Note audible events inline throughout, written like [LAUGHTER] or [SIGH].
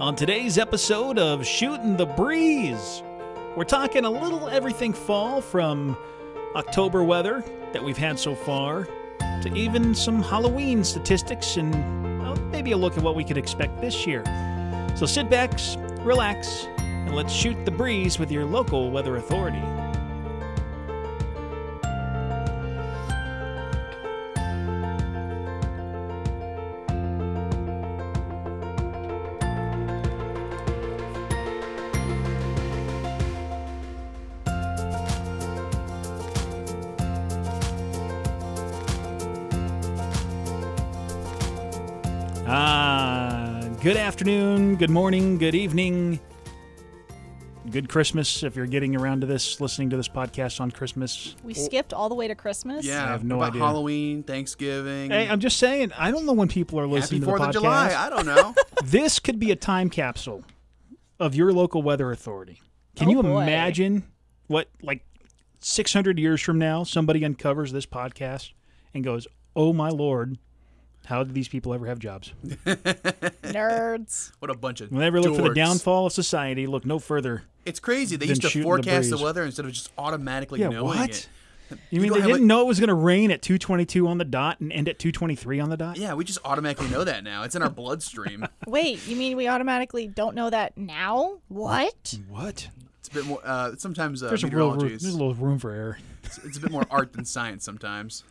On today's episode of Shooting the Breeze, we're talking a little everything fall from October weather that we've had so far to even some Halloween statistics and well, maybe a look at what we could expect this year. So sit back, relax, and let's shoot the breeze with your local weather authority. Ah, good afternoon, good morning, good evening, good Christmas. If you're getting around to this, listening to this podcast on Christmas, We skipped all the way to Christmas. Yeah, [LAUGHS] I have no about idea. Halloween, Thanksgiving, hey, I'm just saying, I don't know when people are Happy listening Fourth to the of podcast. July. I [LAUGHS] don't know. this could be a time capsule of your local weather authority. Can Oh, you boy. imagine what like 600 years from now somebody uncovers this podcast and goes, "Oh my lord, how did these people ever have jobs?" Nerds. what a bunch of. When they ever look for the dorks. downfall of society, look no further. It's crazy. They than used to shooting the forecast the, breeze. weather instead of just automatically Yeah, knowing what? it. You, You mean don't they have, didn't like- know it was going to rain at 2:22 on the dot and end at 2:23 on the dot? Yeah, we just automatically know that now. It's in our bloodstream. Wait, you mean we automatically don't know that now? What? What? It's a bit more. Uh, sometimes uh, There's a, real, meteorology room- there's is a little room for error. it's, it's a bit more art than science. Sometimes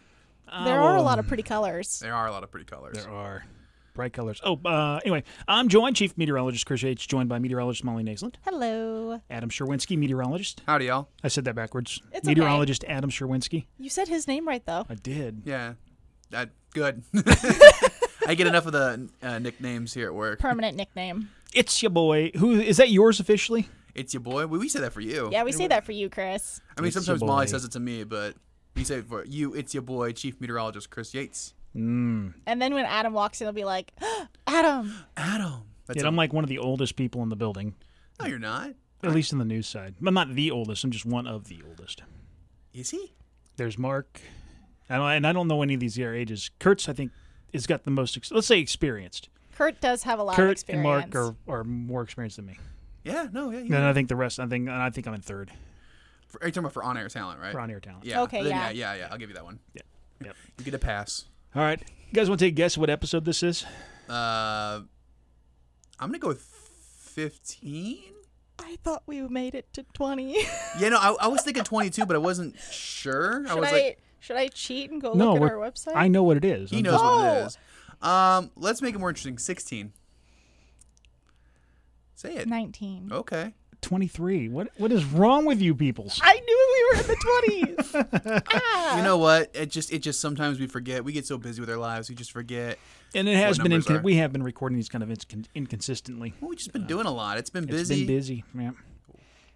Mm. There are a lot Oh. of pretty colors. there are a lot of pretty colors. There are bright colors. Oh, uh, anyway, I'm joined, Chief Meteorologist Chris H. Joined by meteorologist Molly Naisland. Hello. Adam Sherwinski, meteorologist. Howdy, y'all. I said that backwards. It's okay. meteorologist Adam Sherwinski. You said his name right though. I did. Yeah, that [LAUGHS] good. [LAUGHS] I get enough of the uh, nicknames here at work. Permanent nickname. It's your boy. Who is that? Yours officially? It's your boy. We, we say that for you. Yeah, we say that for you, Chris. I mean, It's your sometimes Molly boy. says it to me, but we say it for you. It's your boy, Chief Meteorologist Chris Yates. And then when Adam walks in, he'll be like, [GASPS] Adam. Adam. That's Yet a- I'm like one of the oldest people in the building, no, you're not. at least in the news side. I'm not the oldest. I'm just one of the oldest. Is he? There's Mark. I don't, and I don't know any of these their ages. Kurt's, I think, has got the most. Ex- let's say experienced. Kurt does have a lot of Kurt and experience. Mark are, are more experienced than me. Yeah, no, yeah. You, And I think the rest. I think. And I think I'm in third for, are you talking about for on air talent, right? for on-air talent. Yeah. Okay, then, yeah. yeah, yeah, yeah. I'll give you that one. Yeah. Yep. [LAUGHS] You get a pass. All right. You guys want to take a guess what episode this is? Uh, I'm gonna go with 15. I thought we made it to 20. Should Yeah, no, I, I was thinking 22, but I wasn't sure. I I, was like, [LAUGHS] should I cheat and go no, look at we're- our website? I know what it is. he I'm knows what Oh. it is. Um, let's make it more interesting. 16. Say it. 19. Okay. 23. What what is wrong with you peoples? I knew we were in the 20s. You know what? It just it just sometimes we forget. We get so busy with our lives, we just forget. And it has What been numbers incon- are? we have been recording these kind of incon- inconsistently. Well, we've just been doing a lot. It's been It's busy. been busy. Yeah.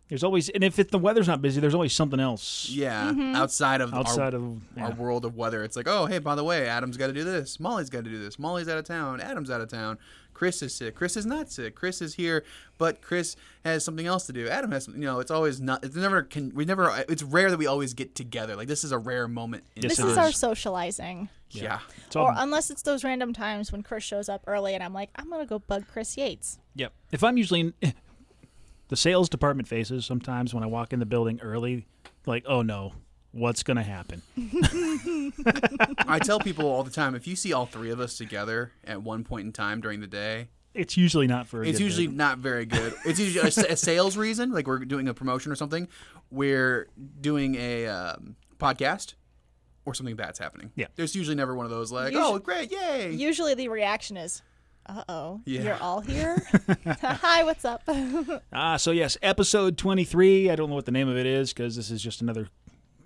There's always and if it, the weather's not busy, there's always something else Yeah, outside of outside our, of yeah. our world of weather, it's like, oh, hey, by the way, Adam's got to do this. Molly's got to do this. Molly's out of town. Adam's out of town. Chris is sick. Chris is not sick. Chris is here, but Chris has something else to do. Adam has something. You know, it's always not. It's never. Can we never? It's rare that we always get together. Like this is a rare moment. [LAUGHS] In Yes, this it is is. our socializing. yeah. It's all- Or uh, unless it's those random times when Chris shows up early and I'm like, I'm gonna go bug Chris Yates. Yep. If I'm usually in eh, the sales department faces sometimes when I walk in the building early, like, oh no, what's gonna happen? I tell people all the time if you see all three of us together at one point in time during the day, It's usually not for. A It's good usually bit. not very good. It's usually a, s- a sales reason, like we're doing a promotion or something. We're doing a um, podcast or something bad's happening. Yeah. There's usually never one of those like, Usu- oh, great, yay. Usually the reaction is, Uh oh, Yeah. you're [LAUGHS] all here. Hi, what's up? [LAUGHS] Ah, so yes, episode 23. I don't know what the name of it is because this is just another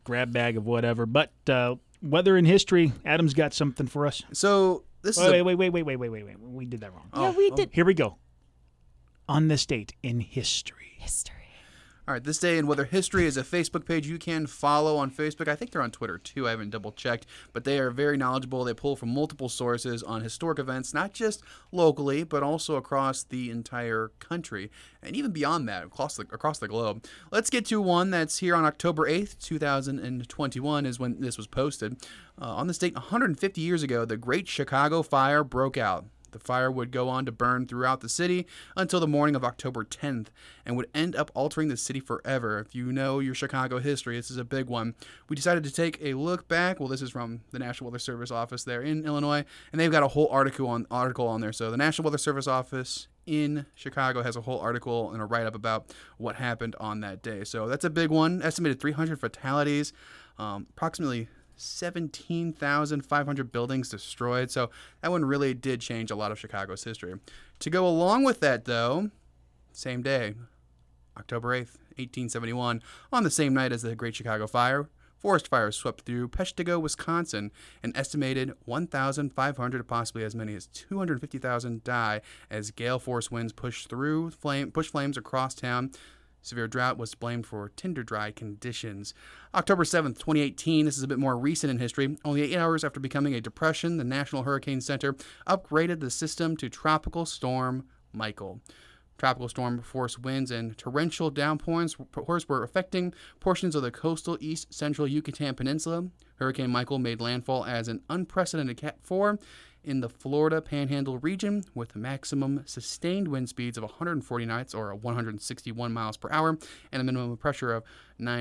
grab bag of whatever. But uh, weather and history, Adam's got something for us. so this is Wait, a, wait, wait, wait, wait, wait, wait, wait, wait. We did that wrong. Oh, yeah, we did Here we go. On this date in history. history. all right. This day in weather history is a Facebook page you can follow on Facebook. I think they're on Twitter too. I haven't double checked, but they are very knowledgeable. They pull from multiple sources on historic events, not just locally, but also across the entire country and even beyond that, across the across the globe. Let's get to one that's here on October 8th, 2021, is when this was posted. Uh, on this date, 150 years ago, the Great Chicago Fire broke out. The fire would go on to burn throughout the city until the morning of October 10th and would end up altering the city forever. If you know your Chicago history, this is a big one. We decided to take a look back. Well, this is from the National Weather Service office there in Illinois, and they've got a whole article on article on there. So the National Weather Service office in Chicago has a whole article and a write up about what happened on that day. So that's a big one. Estimated 300 fatalities, um, approximately 17,500 buildings destroyed. So that one really did change a lot of Chicago's history. To go along with that, though, same day, October 8th, 1871, on the same night as the Great Chicago Fire, forest fires swept through Peshtigo, Wisconsin. An estimated 1,500 to possibly as many as 250,000 die as gale force winds pushed through flame, push flames across town. Severe drought was blamed for tinder dry conditions. October 7th, 2018, this is a bit more recent in history. Only eight hours after becoming a depression, the National Hurricane Center upgraded the system to Tropical Storm Michael. Tropical storm force winds and torrential downpours pours were affecting portions of the coastal east central Yucatan Peninsula. Hurricane Michael made landfall as an unprecedented Cat 4 in the Florida Panhandle region with maximum sustained wind speeds of 140 knots or 161 miles per hour and a minimum pressure of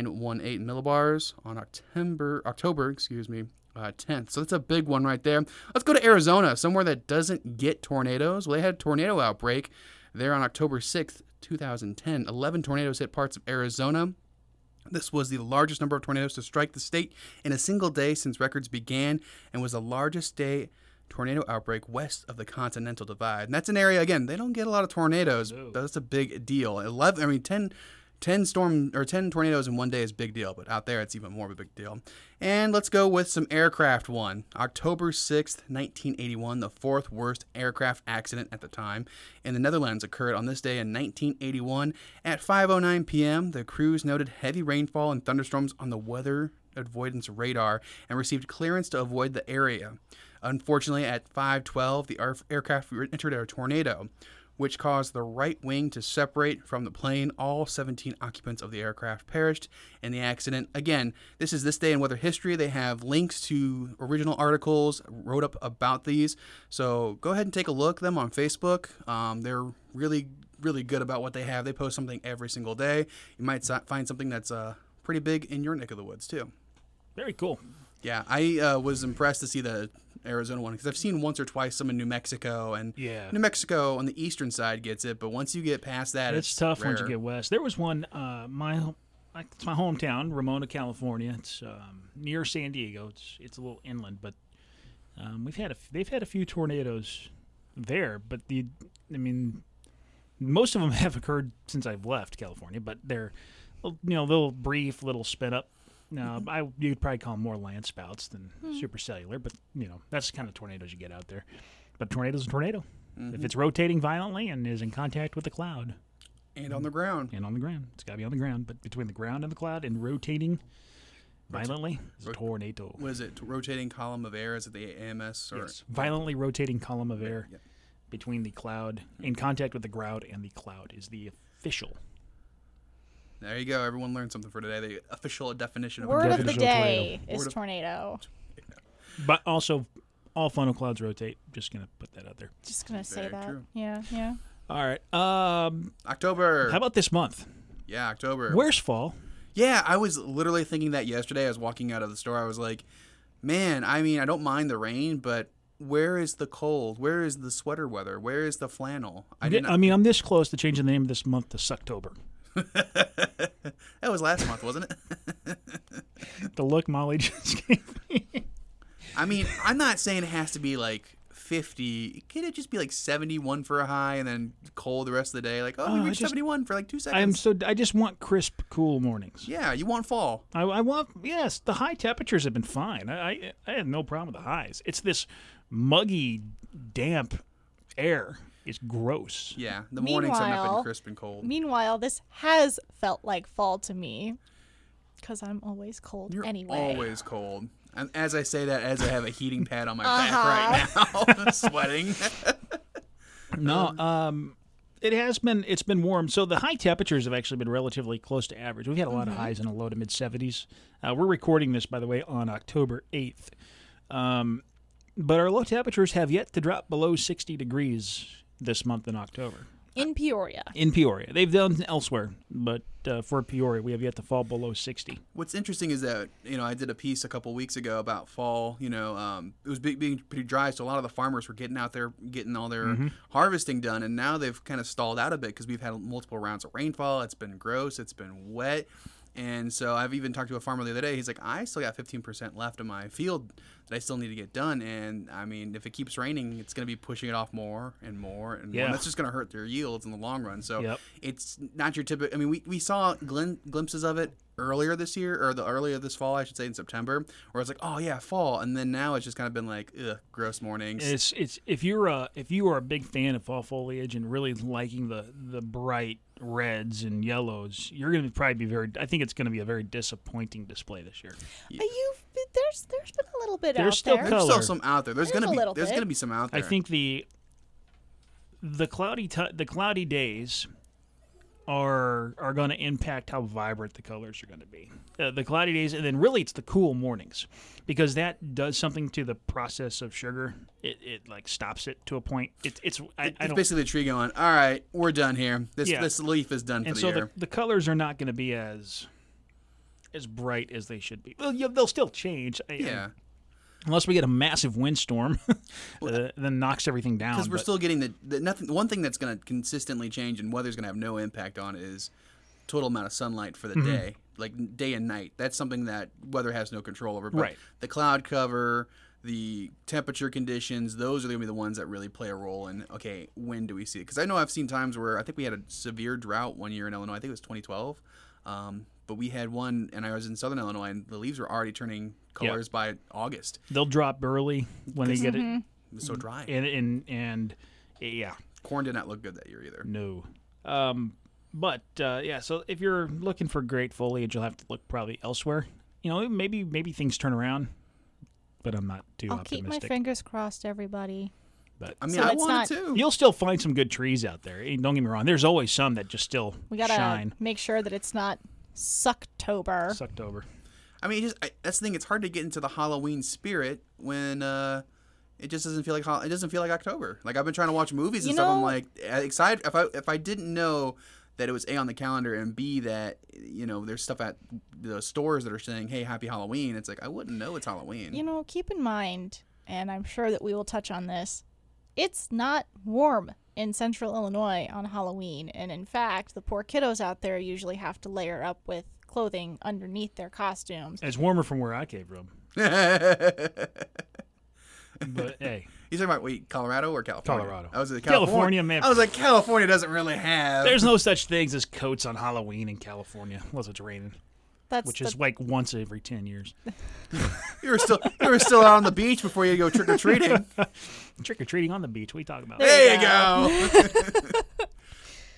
918 millibars on October October, excuse me, uh, 10th. So that's a big one right there. Let's go to Arizona, somewhere that doesn't get tornadoes. Well, they had a tornado outbreak there on October 6th, 2010. 11 tornadoes hit parts of Arizona. This was the largest number of tornadoes to strike the state in a single day since records began and was the largest day tornado outbreak west of the continental divide. And that's an area again, they don't get a lot of tornadoes. But that's a big deal. 11 I mean 10 10 storm or 10 tornadoes in one day is a big deal, but out there it's even more of a big deal. And let's go with some aircraft one. October 6th, 1981, the fourth worst aircraft accident at the time in the Netherlands occurred on this day in 1981 at 5:09 p.m. The crews noted heavy rainfall and thunderstorms on the weather avoidance radar and received clearance to avoid the area. Unfortunately, at 5:12, the air- aircraft entered a tornado, which caused the right wing to separate from the plane. All 17 occupants of the aircraft perished in the accident. Again, this is this day in weather history. They have links to original articles wrote up about these, so go ahead and take a look at them on Facebook. Um, they're really really good about what they have. They post something every single day. You might si- find something that's uh, pretty big in your neck of the woods too. Very cool. Yeah, I uh, was impressed to see the Arizona one because I've seen once or twice some in New Mexico, and Yeah. New Mexico on the eastern side gets it, but once you get past that, It's, it's, tough rare. once you get west. There was one, uh, my ho- like, it's my hometown, Ramona, California. It's um, near San Diego. It's it's a little inland, but um, we've had a f- they've had a few tornadoes there. But the I mean, most of them [LAUGHS] have occurred since I've left California, but they're you know little brief little spin up. Now I you'd probably call them more land spouts than supercellular, but you know that's the kind of tornadoes you get out there. But tornado's a tornado. Mm-hmm. If it's rotating violently and is in contact with the cloud, and on the ground. and on the ground. It's got to be on the ground, but between the ground and the cloud and rotating violently is a tornado. What is it? Rotating column of air? Is it the AMS or Yes. Violently rotating column of air between the cloud, in contact with the ground and the cloud, is the official. There you go. Everyone learned something for today. The official definition of Word of the definition of day tornado. Word is of- tornado. But also, all funnel clouds rotate. Just going to put that out there. Just gonna say Very that. true. Yeah, yeah. All right. Um, October. how about this month? yeah, October. Where's fall? Yeah, I was literally thinking that yesterday. I was walking out of the store. I was like, man, I mean, I don't mind the rain, but where is the cold? Where is the sweater weather? Where is the flannel? I didn't. I mean, I'm this close to changing the name of this month to Sucktober. that was last month, wasn't it? The look Molly [LAUGHS] just gave me. I mean, I'm not saying it has to be like 50. Could it just be like 71 for a high and then cold the rest of the day? Like, oh, Oh, I we reached just- 71 for like two seconds. I'm so, I just want crisp, cool mornings. yeah, you want fall. I, I want yes. The high temperatures have been fine. I, I I had no problem with the highs. It's this muggy, damp air. It's gross. Yeah, the mornings have not been Meanwhile- crisp and cold. Meanwhile, this has felt like fall to me, because I'm always cold You're anyway. always cold. And as I say that, as I have a heating pad [LAUGHS] on my Uh-huh. back right now, [LAUGHS] sweating. No, um, it has been it's been warm. So the high temperatures have actually been relatively close to average. We've had a lot of highs in a low to mid 70s. Uh, we're recording this by the way on October 8th. Um, but our low temperatures have yet to drop below 60 degrees this month in October. in Peoria. In Peoria. They've done elsewhere, but uh, for Peoria, we have yet to fall below 60. What's interesting is that you know I did a piece a couple weeks ago about fall. You know, um, it was be- being pretty dry, so a lot of the farmers were getting out there, getting all their Mm-hmm. harvesting done, and now they've kind of stalled out a bit because we've had multiple rounds of rainfall. It's been gross. It's been wet. And so I've even talked to a farmer the other day. He's like, I still got 15% left of my field that I still need to get done. And I mean, if it keeps raining, it's going to be pushing it off more and more and more. Yeah. And that's just going to hurt their yields in the long run. So Yep. it's not your typical. I mean, we, we saw glim- glimpses of it earlier this year, or the earlier this fall, I should say, in September, where it's like, oh yeah, fall, and then now it's just kind of been like, ugh, gross mornings. It's it's if you're a if you are a big fan of fall foliage and really liking the the bright reds and yellows, you're going to probably be very. I think it's going to be a very disappointing display this year. But you've been- there's there's been a little bit There's out still there. co- there's color. still some out there. There's, There's a gonna be little there's bit. gonna be some out I there. think the the cloudy t- the cloudy days are are going to impact how vibrant the colors are going to be. Uh, the cloudy days, and then really it's the cool mornings because that does something to the process of sugar. It, it like stops it to a point. It, it's I, I it's don't. basically the tree going, all right, we're done here. This Yeah. this leaf is done for and the so year. the, the colors are not going to be as as bright as they should be. Well, yeah, they'll still change. I- yeah. Unless we get a massive windstorm, [LAUGHS] uh, then knocks everything down. because Um, we're but- still getting the, the nothing. One thing that's going to consistently change and weather's going to have no impact on is total amount of sunlight for the Mm-hmm. day, like day and night. That's something that weather has no control over. But Right. The cloud cover, the temperature conditions, those are going to be the ones that really play a role in okay, when do we see it? Because I know I've seen times where I think we had a severe drought one year in Illinois. I think it was 2012. Um, but we had one, and I was in southern Illinois, and the leaves were already turning colors by August. they'll drop early when they get Mm-hmm. it, It was so dry. Mm-hmm. and and and yeah, Corn did not look good that year either. no. Um, but uh, yeah, so if you're looking for great foliage, you'll have to look probably elsewhere. You know, maybe maybe things turn around, but I'm not too I'll keep my optimistic. fingers crossed, everybody. but I mean, So I let's wanted not- to. You'll still find some good trees out there. Eh, Don't get me wrong. There's always some that just still We gotta shine. make sure that it's not Sucktober. Sucked over. I mean, it just I, that's the thing. It's hard to get into the Halloween spirit when uh, it just doesn't feel like Hol- it doesn't feel like October. Like I've been trying to watch movies and You stuff. I'm know- like eh, excited. If I if I didn't know that it was a on the calendar and b that you know there's stuff at the stores that are saying hey happy Halloween. It's like I wouldn't know it's Halloween. you [LAUGHS] know, keep in mind, and I'm sure that we will touch on this, it's not warm in central Illinois on Halloween. And in fact, the poor kiddos out there usually have to layer up with clothing underneath their costumes. It's warmer from where I came from. But [LAUGHS] hey, He's talking about wait Colorado or California? Colorado. I was like, California, California, man. I was like California doesn't really have. there's no such things as coats on Halloween in California unless it's raining, That's which the, is like once every 10 years. [LAUGHS] you were still you were still out on the beach before you go trick [LAUGHS] or treating. Trick or treating on the beach. What are you talking about? There there you [LAUGHS] you go.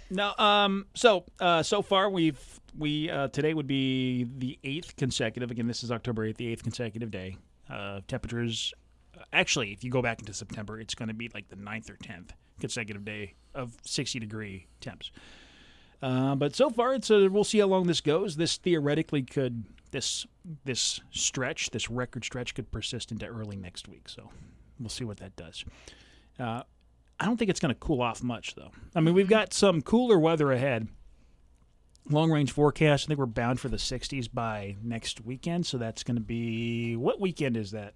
No, um, so uh, so far we've we uh, today would be the eighth consecutive. Again, this is October eighth, the eighth consecutive day. Uh, temperatures, actually, if you go back into September, it's going to be like the ninth or tenth consecutive day of sixty degree temps. Uh, but so far, it's a, we'll see how long this goes. This theoretically could this this stretch, this record stretch, could persist into early next week. So we'll see what that does. Uh, I don't think it's going to cool off much, though. I mean, we've got some cooler weather ahead. Long range forecast. I think we're bound for the 60s by next weekend. So that's going to be what weekend is that?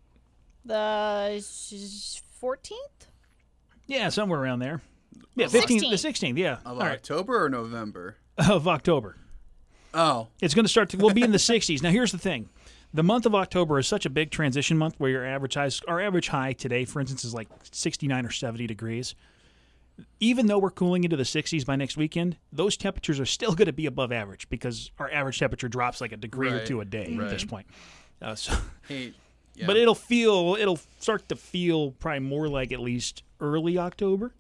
the s- 14th? Yeah, somewhere around there. Yeah, 15th, the 16th. Yeah, All Of right. October or November? [LAUGHS] of October. Oh, It's going to start to. We'll be in the [LAUGHS] 60s. Now, here's the thing: the month of October is such a big transition month where your average high, our average high today, for instance, is like 69 or 70 degrees. Even though we're cooling into the 60s by next weekend, those temperatures are still going to be above average because our average temperature drops like a degree or Right. two a day at this Right. point. Uh, [LAUGHS] so, hey. Yeah. but it'll feel it'll start to feel probably more like at least early October.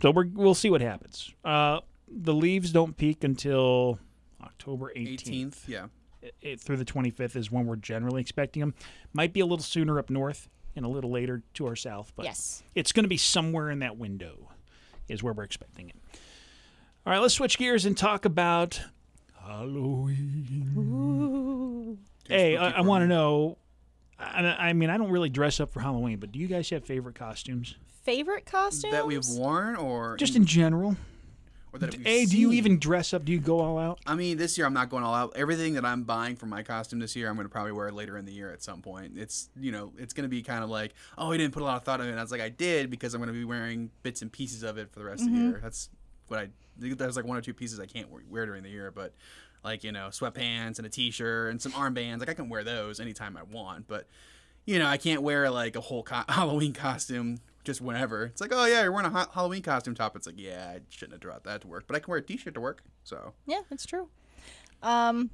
So we're, we'll see what happens. Uh, the leaves don't peak until October 18th. 18th. Yeah. it, through the 25th is when we're generally expecting them. Might be a little sooner up north and a little later to our south, but Yes. it's going to be somewhere in that window is where we're expecting it. All right, let's switch gears and talk about Halloween. Ooh. Hey, spooky I, I for want to know I, I mean, I don't really dress up for Halloween, but do you guys have favorite costumes? Favorite costumes? that we've worn or Just in general. or that we've A, do you seen? even dress up? Do you go all out? I mean, this year I'm not going all out. Everything that I'm buying for my costume this year, I'm going to probably wear later in the year at some point. It's you know, it's going to be kind of like, oh, I didn't put a lot of thought in it. I was like, I did because I'm going to be wearing bits and pieces of it for the rest of the year. That's what I. There's like one or two pieces I can't wear- wear during the year, but like you know, sweatpants and a t-shirt and some armbands. Like I can wear those anytime I want, but you know, I can't wear like a whole co- [LAUGHS] Halloween costume just whenever. It's like, oh yeah, you're wearing a ha- Halloween costume top. It's like, yeah, I shouldn't have brought that to work, but I can wear a t-shirt to work. So. Yeah, it's true. Um,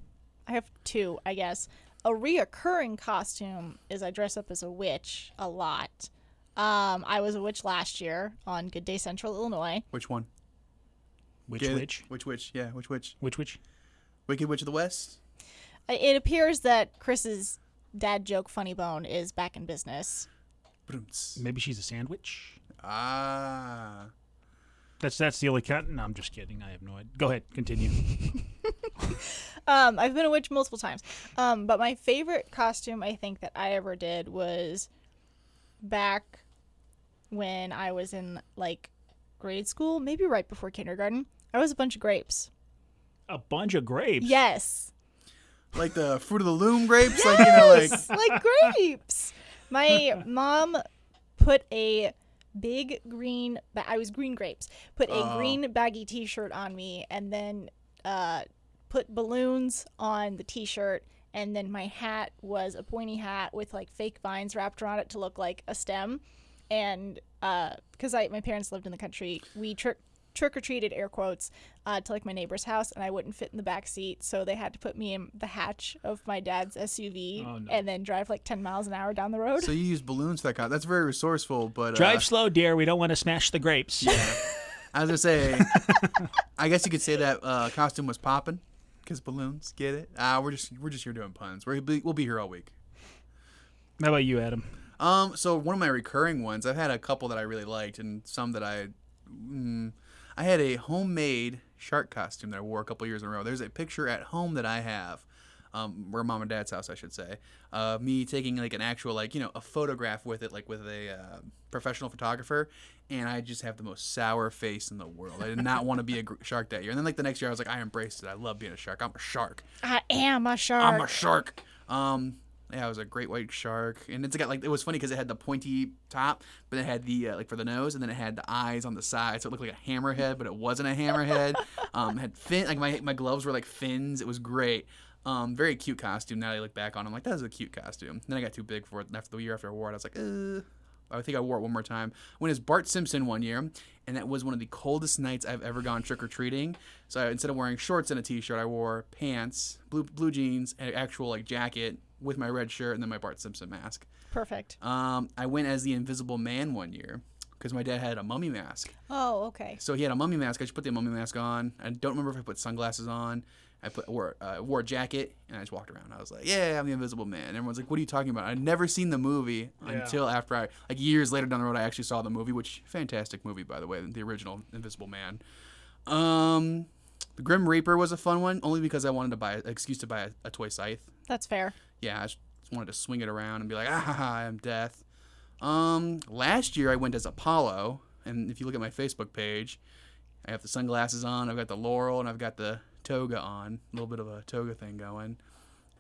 I have two, I guess. A reoccurring costume is I dress up as a witch a lot. Um, I was a witch last year on Good Day Central, Illinois. Which one? Which Yeah, witch? Which witch? Yeah, which witch? Which witch? Wicked Witch of the West. I- It appears that Chris's dad joke funny bone is back in business. Brumts. Maybe she's a sandwich. Ah. That's that's the only cut. No, I'm just kidding. I have no idea. Go ahead, continue. Um, I've been a witch multiple times. Um, but my favorite costume I think that I ever did was back when I was in like grade school, maybe right before kindergarten. I was a bunch of grapes. a bunch of grapes. Yes. Like the fruit of the loom grapes, like you know, like like grapes. My mom put a big green. Ba- I was green grapes. Put a Oh. green baggy T-shirt on me, and then uh, put balloons on the T-shirt. And then my hat was a pointy hat with like fake vines wrapped around it to look like a stem. And because I my parents lived in the country, we trick trick or treated air quotes uh, to like my neighbor's house, and I wouldn't fit in the back seat, so they had to put me in the hatch of my dad's SUV Oh, no. and then drive like ten miles an hour down the road. so you use balloons for that kind. That's very resourceful, but uh, Drive slow, dear. We don't want to smash the grapes. I was gonna say, I guess you could say that uh, costume was popping because balloons. Get it? Ah, we're just we're just here doing puns. We're, we'll be here all week. How about you, Adam? Um, so one of my recurring ones, I've had a couple that I really liked, and some that I, mm, I had a homemade shark costume that I wore a couple years in a row. There's a picture at home that I have, um, where mom and dad's house, I should say, uh, me taking like an actual like you know a photograph with it, like with a uh, professional photographer, and I just have the most sour face in the world. I did not want to be a gr- shark that year, and then like the next year I was like, I embraced it. I love being a shark. I'm a shark. I am a shark. I'm a shark. Um, yeah, it was a great white shark, and it's got like it was funny because it had the pointy top, but it had the uh, like for the nose, and then it had the eyes on the side, so it looked like a hammerhead, but it wasn't a hammerhead. um, it had fin like my my gloves were like fins. It was great. Um, very cute costume. Now that I look back on, it, I'm like, that was a cute costume. Then I got too big for it. And after the year after I wore it, I was like, uh, I think I wore it one more time. When it's Bart Simpson one year, and that was one of the coldest nights I've ever gone trick or treating. So I, instead of wearing shorts and a t-shirt, I wore pants, blue blue jeans, and an actual like jacket with my red shirt, and then my Bart Simpson mask. Perfect. Um, I went as the Invisible Man one year because my dad had a mummy mask. Oh, okay. So he had a mummy mask. I just put the mummy mask on. I don't remember if I put sunglasses on. I put wore, uh, wore a jacket and I just walked around. I was like, "Yeah, I'm the Invisible Man." And everyone's like, "What are you talking about?" I'd never seen the movie until after I, like years later down the road, I actually saw the movie, which fantastic movie by the way, the original Invisible Man. Um, the Grim Reaper was a fun one, only because I wanted to buy an excuse to buy a, a toy scythe. That's fair. Yeah, I just wanted to swing it around and be like, [LAUGHS] "Ah, ha, ha, I'm death." Um, last year I went as Apollo, and if you look at my Facebook page, I have the sunglasses on, I've got the laurel, and I've got the toga on, a little bit of a toga thing going.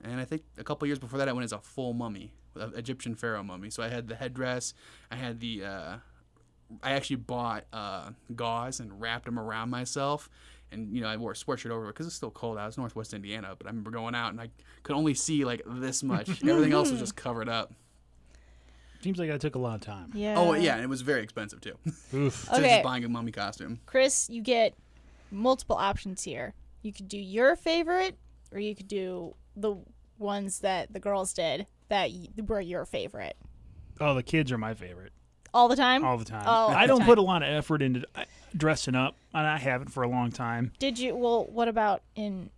And I think a couple years before that, I went as a full mummy, an Egyptian pharaoh mummy. So I had the headdress, I had the, uh, I actually bought uh, gauze and wrapped them around myself. And you know, I wore a sweatshirt over it because it's still cold out. It's Northwest Indiana, but I remember going out and I could only see like this [LAUGHS] much. Everything else was just covered up. Seems like that took a lot of time. Yeah. Oh yeah, and it was very expensive too. [LAUGHS] Oof. So Okay. just buying a mummy costume. Chris, you get multiple options here. You could do your favorite, or you could do the ones that the girls did that y- were your favorite Oh, the kids are my favorite all the time. all the time. Oh, [LAUGHS] all I the don't time. put a lot of effort into uh, dressing up, and I haven't for a long time. Did you? Well, what about in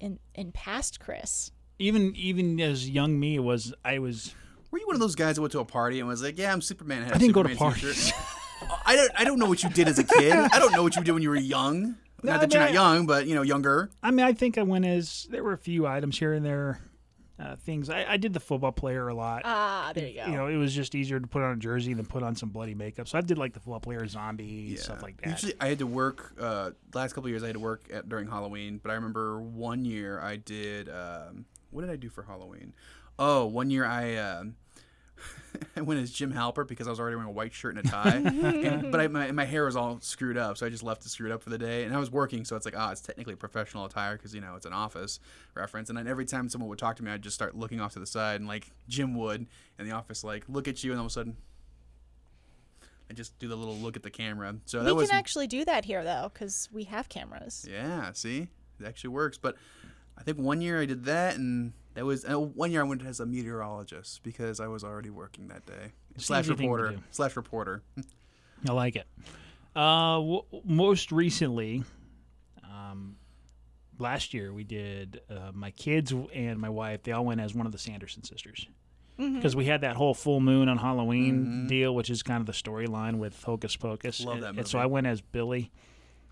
in in past Chris? Even even as young me was, I was. Were you one of those guys that went to a party and was like, "Yeah, I'm Superman"? had a I didn't go to Superman parties. t-shirt." [LAUGHS] I don't. I don't know what you did as a kid. I don't know what you did when you were young. [LAUGHS] No, Not that you're no. not young, but you know, younger. I mean, I think I went as there were a few items here and there. uh, things. I, I did the football player a lot. Ah, there you go. you know, it was just easier to put on a jersey than put on some bloody makeup. So I did like the football player zombie stuff like that. Usually, I had to work. Uh, last couple of years, I had to work at, during Halloween. But I remember one year I did. Um, what did I do for Halloween? Oh, one year I. Um, [LAUGHS] I went as Jim Halpert because I was already wearing a white shirt and a [LAUGHS] tie, and, but I, my, my hair was all screwed up, so I just left it screwed up for the day. And I was working, so it's like, ah, it's technically professional attire because you know it's an office reference. And then every time someone would talk to me, I'd just start looking off to the side, and like Jim would in the office, like look at you, and all of a sudden, I just do the little look at the camera. So that we was can actually do that here though, because we have cameras. yeah, see, it actually works. But I think one year I did that, and that was uh, one year I went as a meteorologist because I was already working that day. Slash easy thing to reporter, do. slash reporter. I like it. Uh, w- most recently, um, last year we did uh, my kids and my wife. They all went as one of the Sanderson sisters Mm-hmm. because we had that whole full moon on Halloween deal, which is kind of the storyline with Hocus Pocus. Love and, that and so movie. Uh, I went as Billy,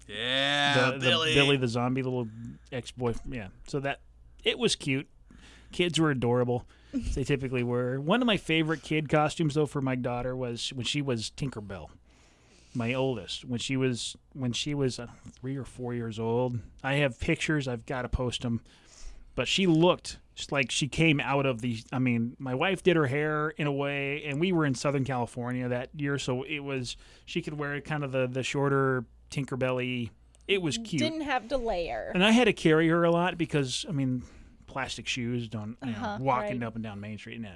Yeah, the, Billy. The, Billy the zombie little ex boy. Yeah, so that it was cute. Kids were adorable. as they typically were. One of my favorite kid costumes, though, for my daughter was when she was Tinkerbell, my oldest. When she was when she was uh, three or four years old, I have pictures. I've got to post them. But she looked just like she came out of the. I mean, my wife did her hair in a way, and we were in Southern California that year, so it was she could wear kind of the the shorter Tinkerbelly. It was cute. Didn't have to layer. And I had to carry her a lot because I mean, plastic shoes don't you know, Uh-huh, walking right. up and down Main Street. No.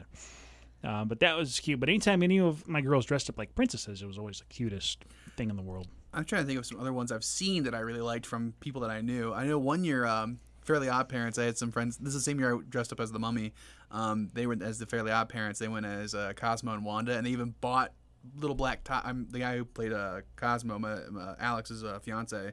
Uh, but that was cute. But anytime any of my girls dressed up like princesses, it was always the cutest thing in the world. I'm trying to think of some other ones I've seen that I really liked from people that I knew. I know one year, um, Fairly Odd Parents. I had some friends. This is the same year I dressed up as the Mummy. Um, they were as the Fairly Odd Parents. They went as uh, Cosmo and Wanda, and they even bought little black tie. I'm the guy who played uh, Cosmo, my, my- Alex's uh, fiance.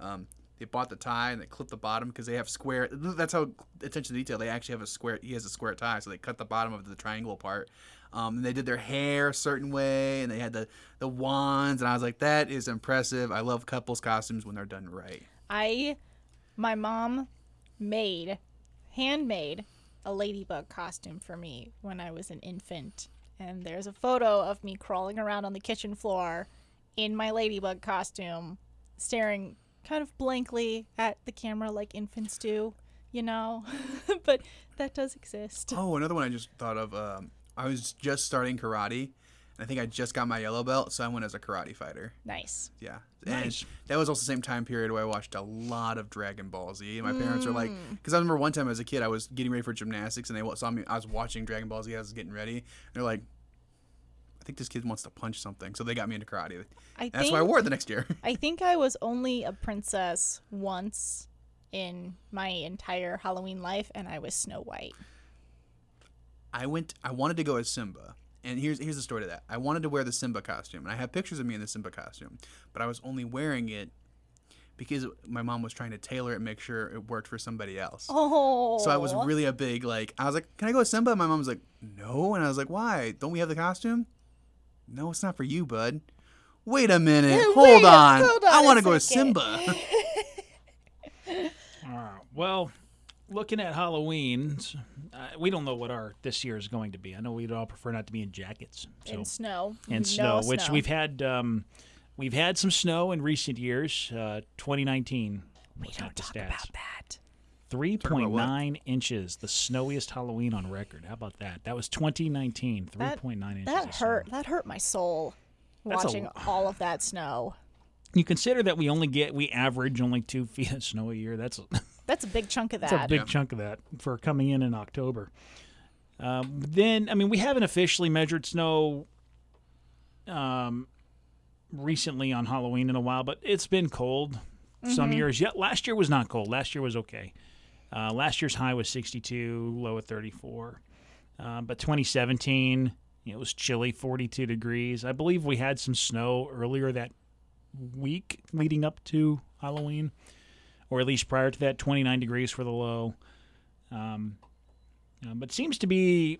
Um, they bought the tie and they clipped the bottom because they have square. That's how attention to detail. They actually have a square. He has a square tie, so they cut the bottom of the triangle part. Um, and they did their hair a certain way, and they had the the wands. And I was like, that is impressive. I love couples costumes when they're done right. I, my mom, made, handmade, a ladybug costume for me when I was an infant, and there's a photo of me crawling around on the kitchen floor, in my ladybug costume, staring kind of blankly at the camera like infants do, you know, [LAUGHS] but that does exist. Oh, another one I just thought of. Um, I was just starting karate, and I think I just got my yellow belt, so I went as a karate fighter. Nice. Yeah. Nice. And that was also the same time period where I watched a lot of Dragon Ball Z. And my parents were like, because I remember one time as a kid, I was getting ready for gymnastics and they wa- saw me, I was watching Dragon Ball Z as I was getting ready. And they're like, I think this kid wants to punch something. So they got me into karate. And I that's think why I wore it the next year. [LAUGHS] I think I was only a princess once in my entire Halloween life, and I was Snow White. I went. I wanted to go as Simba, and here's here's the story to that. I wanted to wear the Simba costume, and I have pictures of me in the Simba costume, but I was only wearing it because my mom was trying to tailor it, make sure it worked for somebody else. Oh. So I was really a big like. I was like, "Can I go as Simba?" And my mom was like, "No," and I was like, "Why? Don't we have the costume?" No, it's not for you, bud. Wait [LAUGHS] a minute. hold, wait a- on. hold I on a want to go as second. [LAUGHS] Simba. Uh, well, looking at Halloween, uh, we don't know what our this year is going to be. I know we'd all prefer not to be in jackets. So. And snow. and snow, No which snow. we've had um, we've had some snow in recent years. Uh, 2019. We don't talk about that. Three point what? nine inches, the snowiest Halloween on record. How about that? That was 2019. Three That- point nine inches. That of snow. hurt. That hurt my soul. That's a Watching lo- all of that snow. You consider that we only get we average only two [LAUGHS] feet of snow a year. That's That's a big chunk of that. that's a big chunk of that for coming in in October. Um, then I mean we haven't officially measured snow um, recently on Halloween in a while, but it's been cold some years. Yet last year was not cold. Last year was okay. Uh, last year's high was 62, low at 34. Um, but 2017, it was chilly, 42 degrees. I believe we had some snow earlier that week leading up to Halloween, or at least prior to that, 29 degrees for the low. Um, um, but seems to be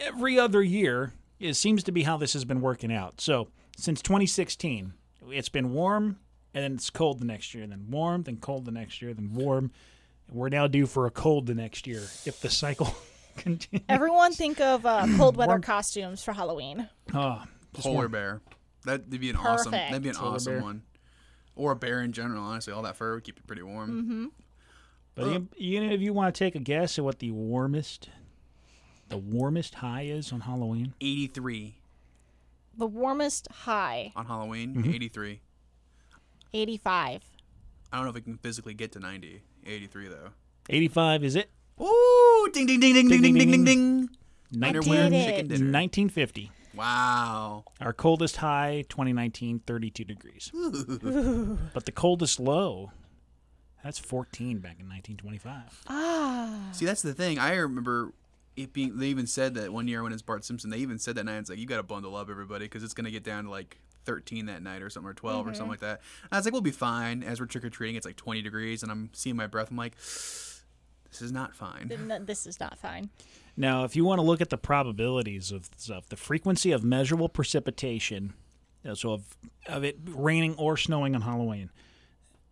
every other year, it seems to be how this has been working out. So since 2016, it's been warm and then it's cold the next year, then warm, then cold the next year, then warm. We're now due for a cold the next year if the cycle [LAUGHS] continues. Everyone think of [CLEARS THROAT] uh, cold weather Warm- costumes for Halloween. Ah, just Polar warm- bear. That'd be an awesome. That'd be an Perfect. Polar awesome bear. one. Or a bear in general. Honestly, all that fur would keep you pretty warm. Mm-hmm. But you, you, if you want to take a guess at what the warmest, the warmest high is on Halloween, 83 The warmest high, on Halloween. 83. 85. I don't know if we can physically get to 90. 83 though. 85 is it? Ooh! Ding ding ding ding ding ding ding ding ding. Underwear did chicken it. dinner. 1950. Wow. Our coldest high, 2019, 32 degrees. But the coldest low, that's 14 back in 1925. Ah, See, that's the thing. I remember it being. They even said that one year when it's Bart Simpson. They even said that night. It's like you got to bundle up, everybody, because it's gonna get down to like. 13 that night or something or 12 or something like that. And I was like, we'll be fine. As we're trick or treating, it's like 20 degrees, and I'm seeing my breath. I'm like, this is not fine. n- this is not fine. Now, if you want to look at the probabilities of stuff, the frequency of measurable precipitation, uh, so of, of it raining or snowing on Halloween,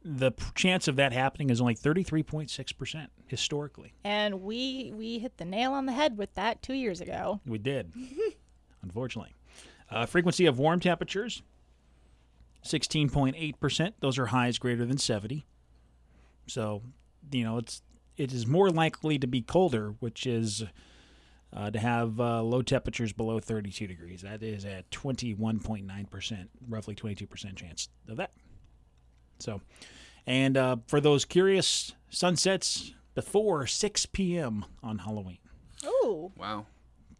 the p- chance of that happening is only 33.6% historically. And we we hit the nail on the head with that two years ago. We did, [LAUGHS] unfortunately. Uh, frequency of warm temperatures, 16.8%. Those are highs greater than 70. So, you know, it's it is more likely to be colder, which is uh, to have uh, low temperatures below 32 degrees. That is a 21.9%, roughly 22% chance of that. So, and uh, for those curious, sunsets before 6 p.m. on Halloween. Ooh. Wow.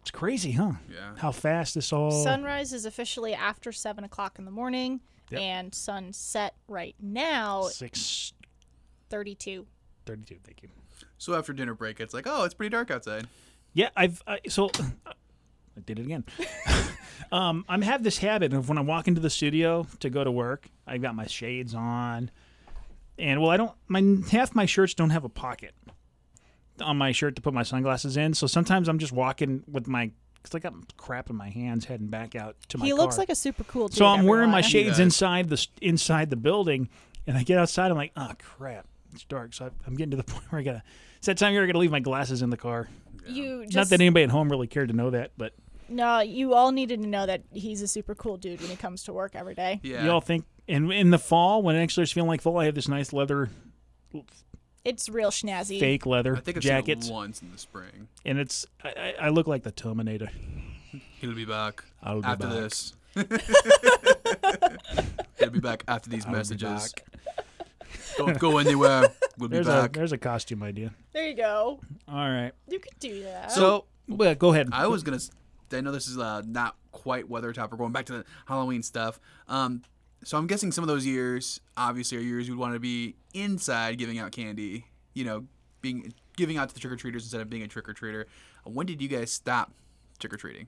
It's crazy, huh? Yeah. How fast this all. Sunrise is officially after 7 o'clock in the morning, Yep. and sunset right now, Six 32. thirty-two. Thank you. So after dinner break, it's like, oh, it's pretty dark outside. Yeah, I've I, so [CLEARS THROAT] I did it again. [LAUGHS] um, I'm have this habit of when I walk into the studio to go to work, I've got my shades on, and well, I don't. My half my shirts don't have a pocket on my shirt to put my sunglasses in, so sometimes I'm just walking with my. Cause I got crap in my hands, heading back out to my. he looks car. like a super cool dude. So I'm wearing my everyone. shades Yeah. inside the inside the building, and I get outside. I'm like, oh crap, it's dark. So I, I'm getting to the [LAUGHS] point where I gotta. It's that time here. I gotta leave my glasses in the car. You just Not that anybody at home really cared to know that, but No, you all needed to know that he's a super cool dude when he comes to work every day. Yeah. you all think. And in the fall, when it actually starts feeling like fall, I have this nice leather, It's real schnazzy. fake leather I think I've jackets, seen it once in the spring. and it's I, I- I look like the Terminator. He'll be back I'll be after back. [LAUGHS] [LAUGHS] this. He'll be back after these be messages. Don't go anywhere. We'll be There's a back. there's a costume idea. There you go. All right, You could do that. so well, go ahead. I was gonna. s- I know this is uh, not quite weather topic. We're going back to the Halloween stuff. Um, so I'm guessing some of those years, obviously, are years you'd want to be inside giving out candy. You know, being giving out to the trick or treaters instead of being a trick or treater. When did you guys stop trick or treating?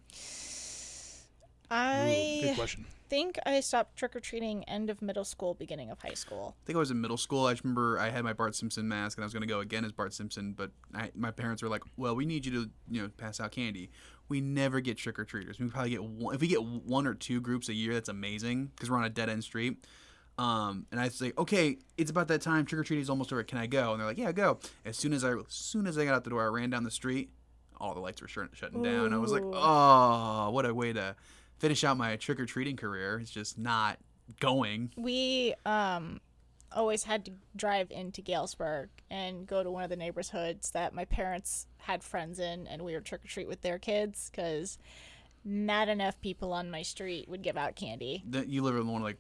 Good I question. think I stopped trick or treating end of middle school, beginning of high school. I think I was in middle school. I just remember I had my Bart Simpson mask and I was going to go again as Bart Simpson, but I, my parents were like, "Well, we need you to, you know, pass out candy. We never get trick or treaters. We probably get one, if we get one or two groups a year, that's amazing because we're on a dead end street." Um, and I say, "Okay, it's about that time. Trick or treating is almost over. Can I go?" And they're like, "Yeah, go." As soon as I, as soon as I got out the door, I ran down the street. All the lights were shut, shutting down. I was like, Ooh. "Oh, what a way to finish out my trick or treating career. It's just not going." We um always had to drive into Galesburg and go to one of the neighborhoods that my parents had friends in, and we would trick or treat with their kids because not enough people on my street would give out candy. that you live on one like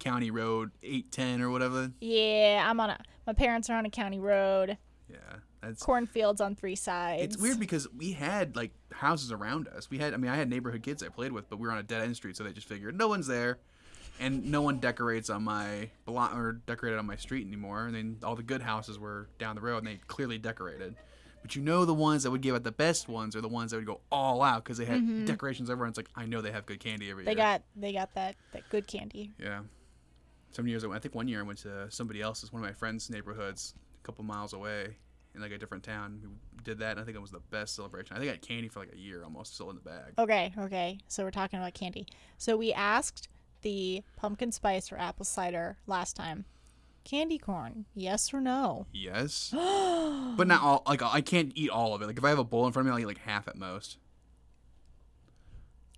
county road 810 or whatever Yeah, I'm on a. My parents are on a county road. yeah that's cornfields on three sides. it's weird because we had like houses around us we had i mean i had neighborhood kids i played with but we were on a dead end street so they just figured no one's there and no one decorates on my block or decorated on my street anymore and then all the good houses were down the road and they clearly decorated but you know the ones that would give out the best ones are the ones that would go all out because they had decorations everywhere. And it's like I know they have good candy every Mm-hmm. They year. got they got that that good candy. Yeah. Some years, I, went- I think one year I went to somebody else's, one of my friends' neighborhoods, a couple miles away, in like a different town. We did that, and I think it was the best celebration. I think I had candy for like a year almost, still in the bag. Okay, okay. So we're talking about candy. So we asked the pumpkin spice or apple cider last time, Candy corn. Yes or no? [GASPS] Yes. but not all. Like I can't eat all of it. Like if I have a bowl in front of me, I'll eat like half at most.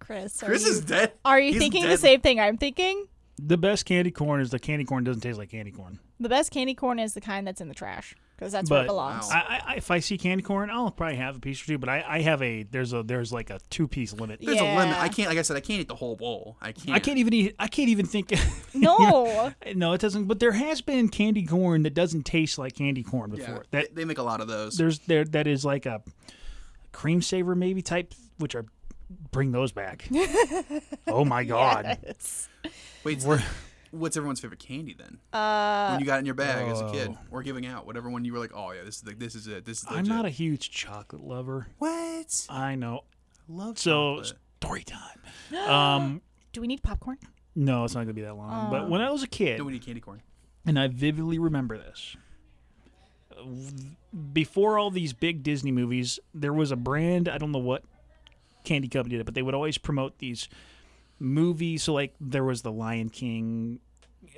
Chris. Are Chris you, is dead. are you He's thinking the dead. same thing I'm thinking? The best candy corn is the candy corn doesn't taste like candy corn. The best candy corn is the kind that's in the trash because that's where But- it belongs. Wow. I, I, I, if I see candy corn, I'll probably have a piece or two. But I, I have a there's a there's like a two piece limit. There's a limit. I Yeah. can't. Like I said, I can't eat the whole bowl. I can't. I can't even eat. I can't even think. [LAUGHS] [LAUGHS] No. [LAUGHS] no, it doesn't. But there has been candy corn that doesn't taste like candy corn Yeah, before. they- That they make a lot of those. there's there that is like a cream saver maybe type, which are bring those [LAUGHS] back. oh my god. Yes. Wait, so what's everyone's favorite candy then? Uh, when you got it in your bag as a kid, oh. or giving out, whatever one you were like, oh yeah, this is like this is it. This is. I'm legit." not a huge chocolate lover. what? I know. Love So chocolate. story time. Um, do we need popcorn? no, it's not gonna be that long. But when I was a kid, No, we need candy corn. and I vividly remember this. Before all these big Disney movies, there was a brand, I don't know what candy company did it, but they would always promote these movies. So, like, there was the Lion King,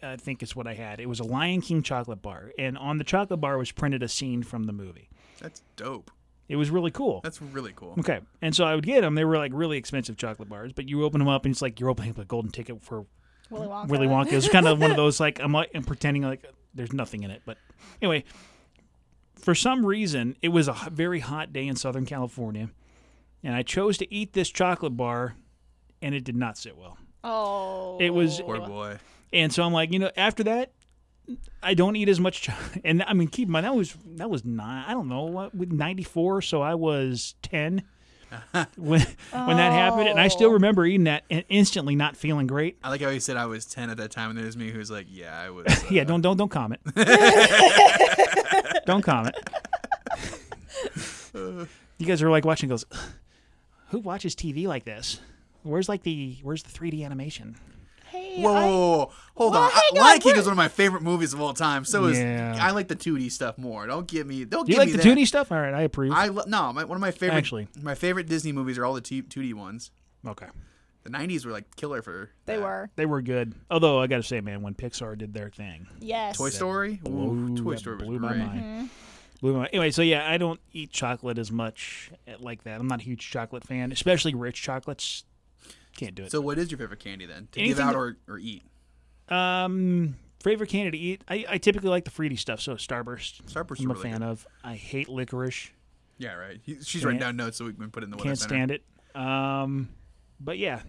I think is what I had. It was a Lion King chocolate bar, and on the chocolate bar was printed a scene from the movie. That's dope. It was really cool. That's really [LAUGHS] cool. Okay, and so I would get them. They were like really expensive chocolate bars, but you open them up, and it's like you're opening up a golden ticket for Willy Wonka. Willy Wonka. It was kind of one of those like I'm, like I'm pretending like there's nothing in it, but anyway, for some reason it was a h- very hot day in Southern California, and I chose to eat this chocolate bar, and it did not sit well. Oh. It was- Poor boy. And so I'm like, you know, after that, I don't eat as much. Cho- [LAUGHS] and I mean, keep in mind that was that was nine. I don't know what with '94, so I was ten. when when that happened, and I still Oh. remember eating that and instantly not feeling great. I like how he said I was ten at that time, and there's me who's like, yeah, [LAUGHS] I was. Uh, Yeah, don't don't don't [LAUGHS] comment. don't comment. you guys are like watching goes, who watches TV like this? Where's like the where's the 3D animation? Hey, Whoa, I- whoa, whoa, whoa. hold Well, on! I- hang on, Lion King we're- is one of my favorite movies of all time. So is Yeah. I like the 2D stuff more. Don't give me. Don't Do you give like me the that. 2D stuff? All right, I approve. I lo- no, my, one of my favorite Actually. my favorite Disney movies are all the two D ones. okay, The '90s were like killer for they that. were. they were good. Although I got to say, man, when Pixar did their thing, Yes. Toy Story. Ooh, Ooh, Toy that Story was blew my great. mind. Blew my mind. Anyway, so yeah, I don't eat chocolate as much eh, like that. I'm not a huge chocolate fan, especially rich chocolates. Can't do it. So, what is your favorite candy then? To give Anything out that- or, or eat? Um, favorite candy to eat? I, I typically like the fruity stuff, so Starburst. Starburst I'm are a really fan good. of. I hate licorice. Yeah, right. He- She's Can't- writing down notes so we can put it in the Can't Weather Center. stand it. Um, but yeah,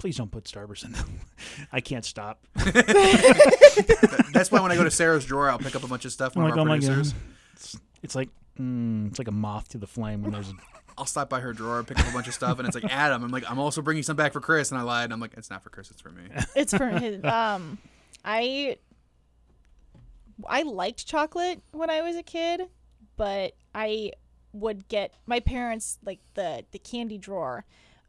please don't put Starburst in them. [LAUGHS] I can't stop. That's why when I go to Sarah's drawer, I'll pick up a bunch of stuff. I'm One like, of oh our my god, producers. it's, it's like mm, it's like a moth to the flame when there's. A, [LAUGHS] I'll slap by her drawer, pick up a bunch of stuff, and it's like [LAUGHS] Adam. I'm like, I'm also bringing some back for Chris, and I lied. And I'm like, it's not for Chris, it's for me. [LAUGHS] It's for his. Um, I. I liked chocolate when I was a kid, but I would get my parents like the the candy drawer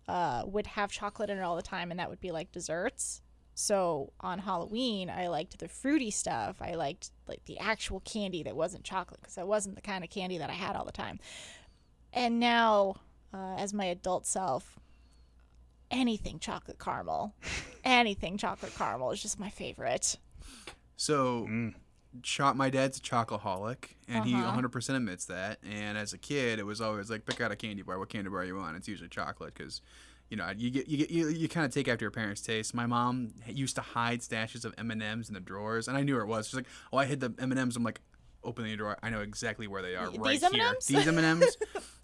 uh, would have chocolate in it all the time, and that would be like desserts. So on Halloween, I liked the fruity stuff. I liked like the actual candy that wasn't chocolate because that wasn't the kind of candy that I had all the time. And now, uh, as my adult self, anything chocolate caramel, anything chocolate caramel is just my favorite. So, cho- my dad's a chocoholic, and he Uh-huh. 100% admits that. And as a kid, it was always like, pick out a candy bar. What candy bar you want? It's usually chocolate because. You know, you get you get you, you kind of take after your parents' taste. My mom used to hide stashes of M and M's in the drawers, and I knew where it was. She's like, "Oh, I hid the M and M's." I'm like, "Open the drawer. I know exactly where they are. These right here. M&Ms? These M and M's."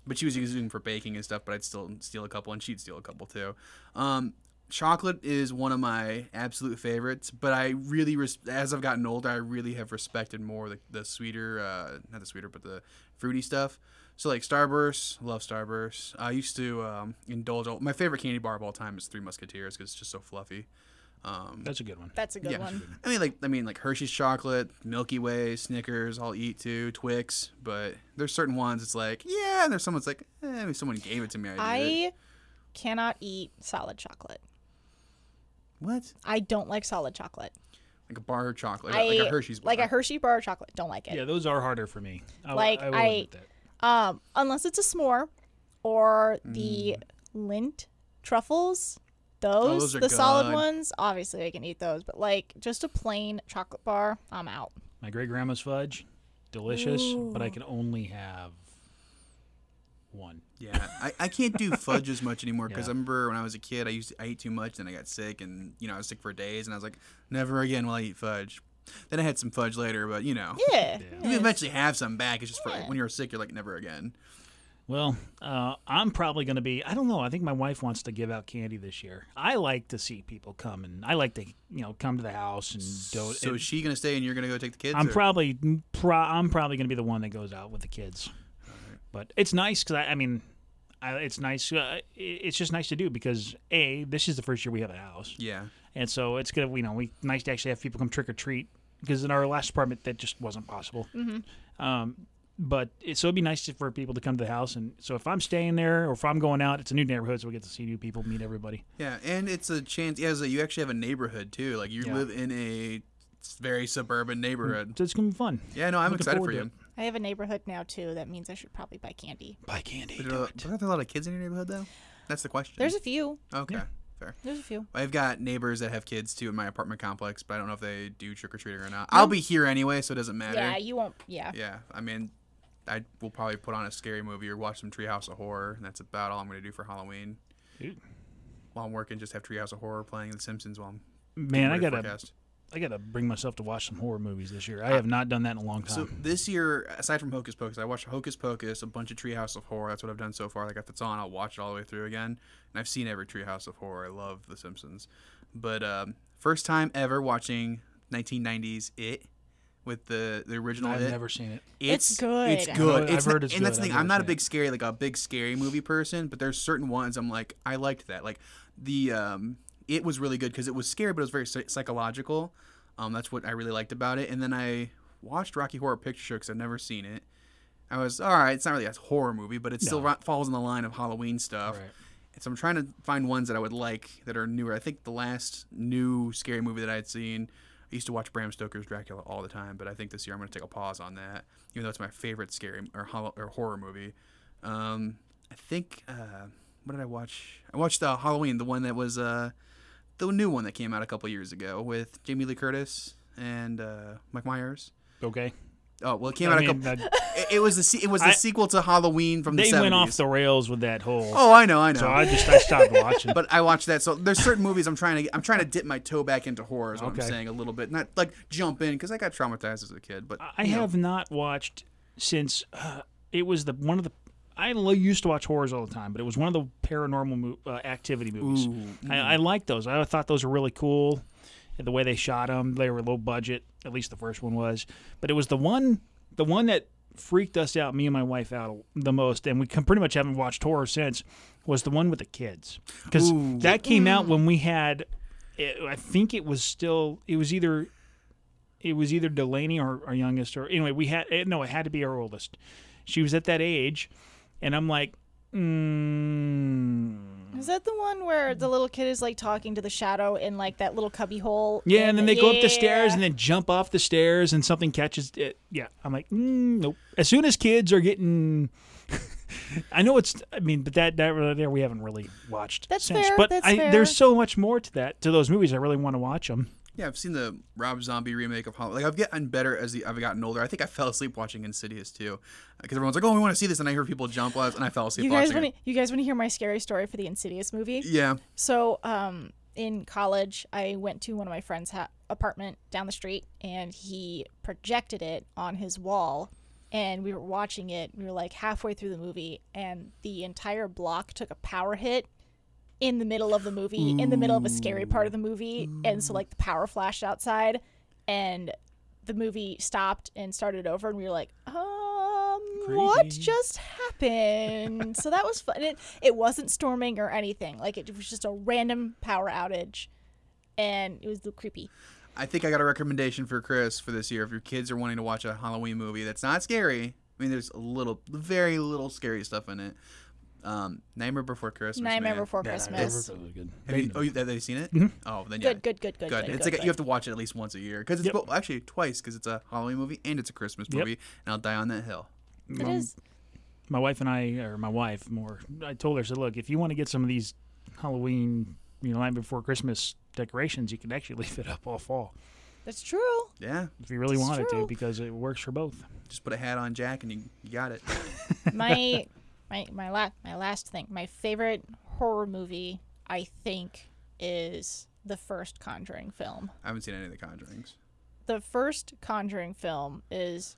But she was using them for baking and stuff. But I'd still steal a couple, and she'd steal a couple too. Um, chocolate is one of my absolute favorites. But I really, res- as I've gotten older, I really have respected more the, the sweeter, uh, not the sweeter, but the fruity stuff. So like Starburst, love Starburst. I used to um, indulge. All- my favorite candy bar of all time is Three Musketeers because it's just so fluffy. Um, that's a good one. That's a good one. I mean, like, I mean, like Hershey's chocolate, Milky Way, Snickers. I'll eat too. Twix, but there's certain ones. It's like, yeah, and there's someone's like, eh, maybe someone gave it to me. I, did I it. cannot eat solid chocolate. what? I don't like solid chocolate. Like a bar of chocolate, I like a Hershey's bar. like a Hershey bar of chocolate. Don't like it. Yeah, those are harder for me. I, will- Like, I, will I- admit that. Um, unless it's a s'more or the lint truffles. Those, Mm. Oh, those are the solid good. [LAUGHS] ones, obviously I can eat those, but like just a plain chocolate bar, I'm out. My great grandma's fudge, delicious, but I Ooh. can only have one. Yeah, I, I can't do fudge as much anymore because [LAUGHS] Yeah. I remember when I was a kid, I used to, I ate too much, then I got sick, and you know I was sick for days, and I was like, never again will I eat fudge. Then I had some fudge later, but you know, Yeah. Yeah. you eventually have some back. It's just Yeah. for when you're sick, you're like never again. Well, uh, I'm probably going to be. I don't know. I think my wife wants to give out candy this year. I like to see people come, and I like to you know come to the house and do. so is she gonna stay, and you're gonna go take the kids? I'm or- probably pro- I'm probably going to be the one that goes out with the kids. But it's nice because I, I mean, I, it's nice. Uh, it- it's just nice to do because a this is the first year we have a house, Yeah, and so it's gonna you know we nice to actually have people come trick or treat because in our last apartment that just wasn't possible. Mm-hmm. Um, but it, so it'd be nice for people to come to the house, and so if I'm staying there or if I'm going out, it's a new neighborhood, so we get to see new people, meet everybody. yeah, and it's a chance. Yeah, so you actually have a neighborhood too. Like you Yeah. live in a s- very suburban neighborhood. So it's gonna be fun. Yeah, no, I'm Looking excited for forward to you. I have a neighborhood now too. That means I should probably buy candy. Buy candy. But do are, it. but aren't there a lot of kids in your neighborhood though? That's the question. There's a few. okay, Yeah. fair. There's a few. I've got neighbors that have kids too in my apartment complex, but I don't know if they do trick or treating or not. I'll be here anyway, so it doesn't matter. Yeah, Yeah, you won't. Yeah. I mean, I will probably put on a scary movie or watch some Treehouse of Horror, and that's about all I'm going to do for Halloween. Dude. While I'm working, just have Treehouse of Horror playing The Simpsons while I'm Man, I ready gotta forecast. I gotta bring myself to watch some horror movies this year. I have not done that in a long So time. this year, aside from Hocus Pocus, I watched Hocus Pocus, a bunch of Treehouse of Horror. That's what I've done so far. Like if it's on, I'll watch it all the way through again. And I've seen every Treehouse of Horror. I love The Simpsons, but um, first time ever watching 1990s It with the the original I've It. never seen it. It's It's good. I've good. heard- It's I've not- heard it's and that's good. the thing. I've I'm not a never seen big scary like a big scary movie person, but there's certain ones I'm like I liked that. Like the um, it was really good because it was scary, but it was very psy- psychological. Um, that's what I really liked about it. And then I watched Rocky Horror Picture Show because I've never seen it. I was all right. It's not really a horror movie, but it still No. ro- falls in the line of Halloween stuff. Right. So I'm trying to find ones that I would like that are newer. I think the last new scary movie that I had seen, I used to watch Bram Stoker's Dracula all the time, but I think this year I'm going to take a pause on that, even though it's my favorite scary or, hol- or horror movie. Um, I think uh, what did I watch? I watched uh, Halloween, the one that was uh, the new one that came out a couple years ago with Jamie Lee Curtis and uh, Mike Myers. Okay. Oh well, it came I out a mean, couple. uh, It, it was the se- it was the I- sequel to Halloween from they the 70s. went off the rails with that whole. oh, I know, I know so I just I stopped [LAUGHS] watching. but I watched that. So there's certain movies I'm trying to I'm trying to dip my toe back into horror. Is what Okay. I'm saying a little bit, not like jump in because I got traumatized as a kid. But I you know, have not watched since uh, it was the one of the. I lo- used to watch horrors all the time, but it was one of the paranormal mo- uh, activity movies. Ooh. mm. I, I like those. I thought those were really cool. The way they shot them, they were low budget. At least the first one was. But it was the one, the one that freaked us out, me and my wife out the most, and we can, pretty much haven't watched horror since. Was the one with the kids because Ooh. Mm. that came out when we had. It, I think it was still. It was either it was either Delaney or our youngest, or anyway, we had eh, no, it had to be our oldest. She was at that age, and I'm like, mm. Is that the one where the little kid is like talking to the shadow in like that little cubby hole? yeah. And then they go up the stairs and then jump off the stairs, and something catches it. Yeah, I'm like, mm, nope. As soon as kids are getting, [LAUGHS] I know it's, I mean, but that that right there we haven't really watched That's since. fair, But that's I, fair. there's so much more to that to those movies. I really want to watch them. yeah, I've seen the Rob Zombie remake of Halloween. Like I've gotten better as the, I've gotten older. I think I fell asleep watching Insidious too, because everyone's like, "Oh, we want to see this," and I hear people jump last, and I fell asleep You guys watching. want to it. you guys want to hear my scary story for the Insidious movie? Yeah, So, um, in college, I went to one of my friend's ha- apartment down the street, and he projected it on his wall. And we were watching it. We were like halfway through the movie, and the entire block took a power hit in the middle of the movie, in the middle of a scary part of the movie. And so, like, the power flashed outside, and the movie stopped and started over, and we were like, um, what Creepy. just just happened. so that was fun. It it wasn't storming or anything. Like it was just a random power outage, and it was creepy. I think I got a recommendation for Chris for this year. If your kids are wanting to watch a Halloween movie that's not scary, I mean, there's a little, very little scary stuff in it. Um, Nightmare Before Christmas. Nightmare man. Before Christmas. Have you, oh, you, have they seen it? Oh, then yeah. Good, good, good, good, Good. good. it's good, like you have good. to watch it at least once a year because it's Yep. bo- actually twice because it's a Halloween movie and it's a Christmas Yep. movie. And I'll die on that hill. It is. my wife and I, or my wife more, I told her, I said, look, if you want to get some of these [LAUGHS] Halloween, you know, night before Christmas decorations, you can actually leave it up all fall. [LAUGHS] That's true. Yeah, if you really It's wanted to true. because it works for both. just put a hat on Jack and you, you got it. my my my last my last thing. My favorite horror movie, I think, is the first Conjuring film. I haven't seen any of the Conjurings. The first Conjuring film is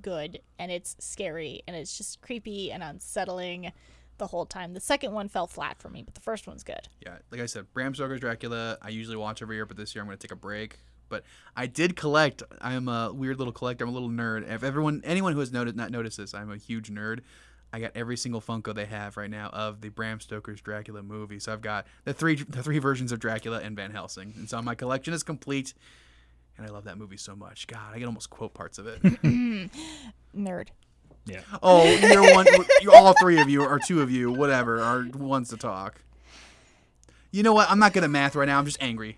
good and it's scary and it's just creepy and unsettling the whole time. The second one fell flat for me, but the first one's good. Yeah, like I said, Bram Stoker's Dracula. I usually watch every year, but this year I'm going to take a break. But I did collect. I'm a weird little collector. I'm a little nerd. If everyone, anyone who has noticed, not noticed this, I'm a huge nerd. I got every single Funko they have right now of the Bram Stoker's Dracula movie. So I've got the three, the three versions of Dracula and Van Helsing, and so my collection is complete. And I love that movie so much. God, I can almost quote parts of it. Nerd. Yeah. oh, you're one. You're all three of you, or two of you, whatever, are ones to talk. You know what? I'm not good at math right now. I'm just angry.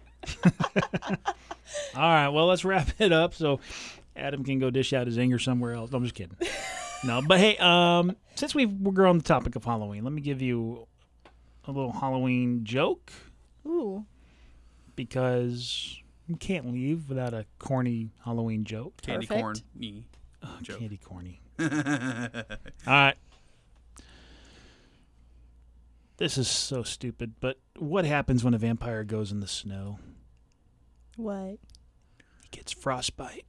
All right. Well, let's wrap [LAUGHS] it up so Adam can go dish out his anger somewhere else. I'm just kidding. no, but hey, um, since we've we're on the topic of Halloween, let me give you a little Halloween joke Ooh. because you can't leave without a corny Halloween joke. candy Perfect. corn. Me. [LAUGHS] Oh, Joke. candy corny. All right. This is so stupid, but what happens when a vampire goes in the snow? What? He gets frostbite.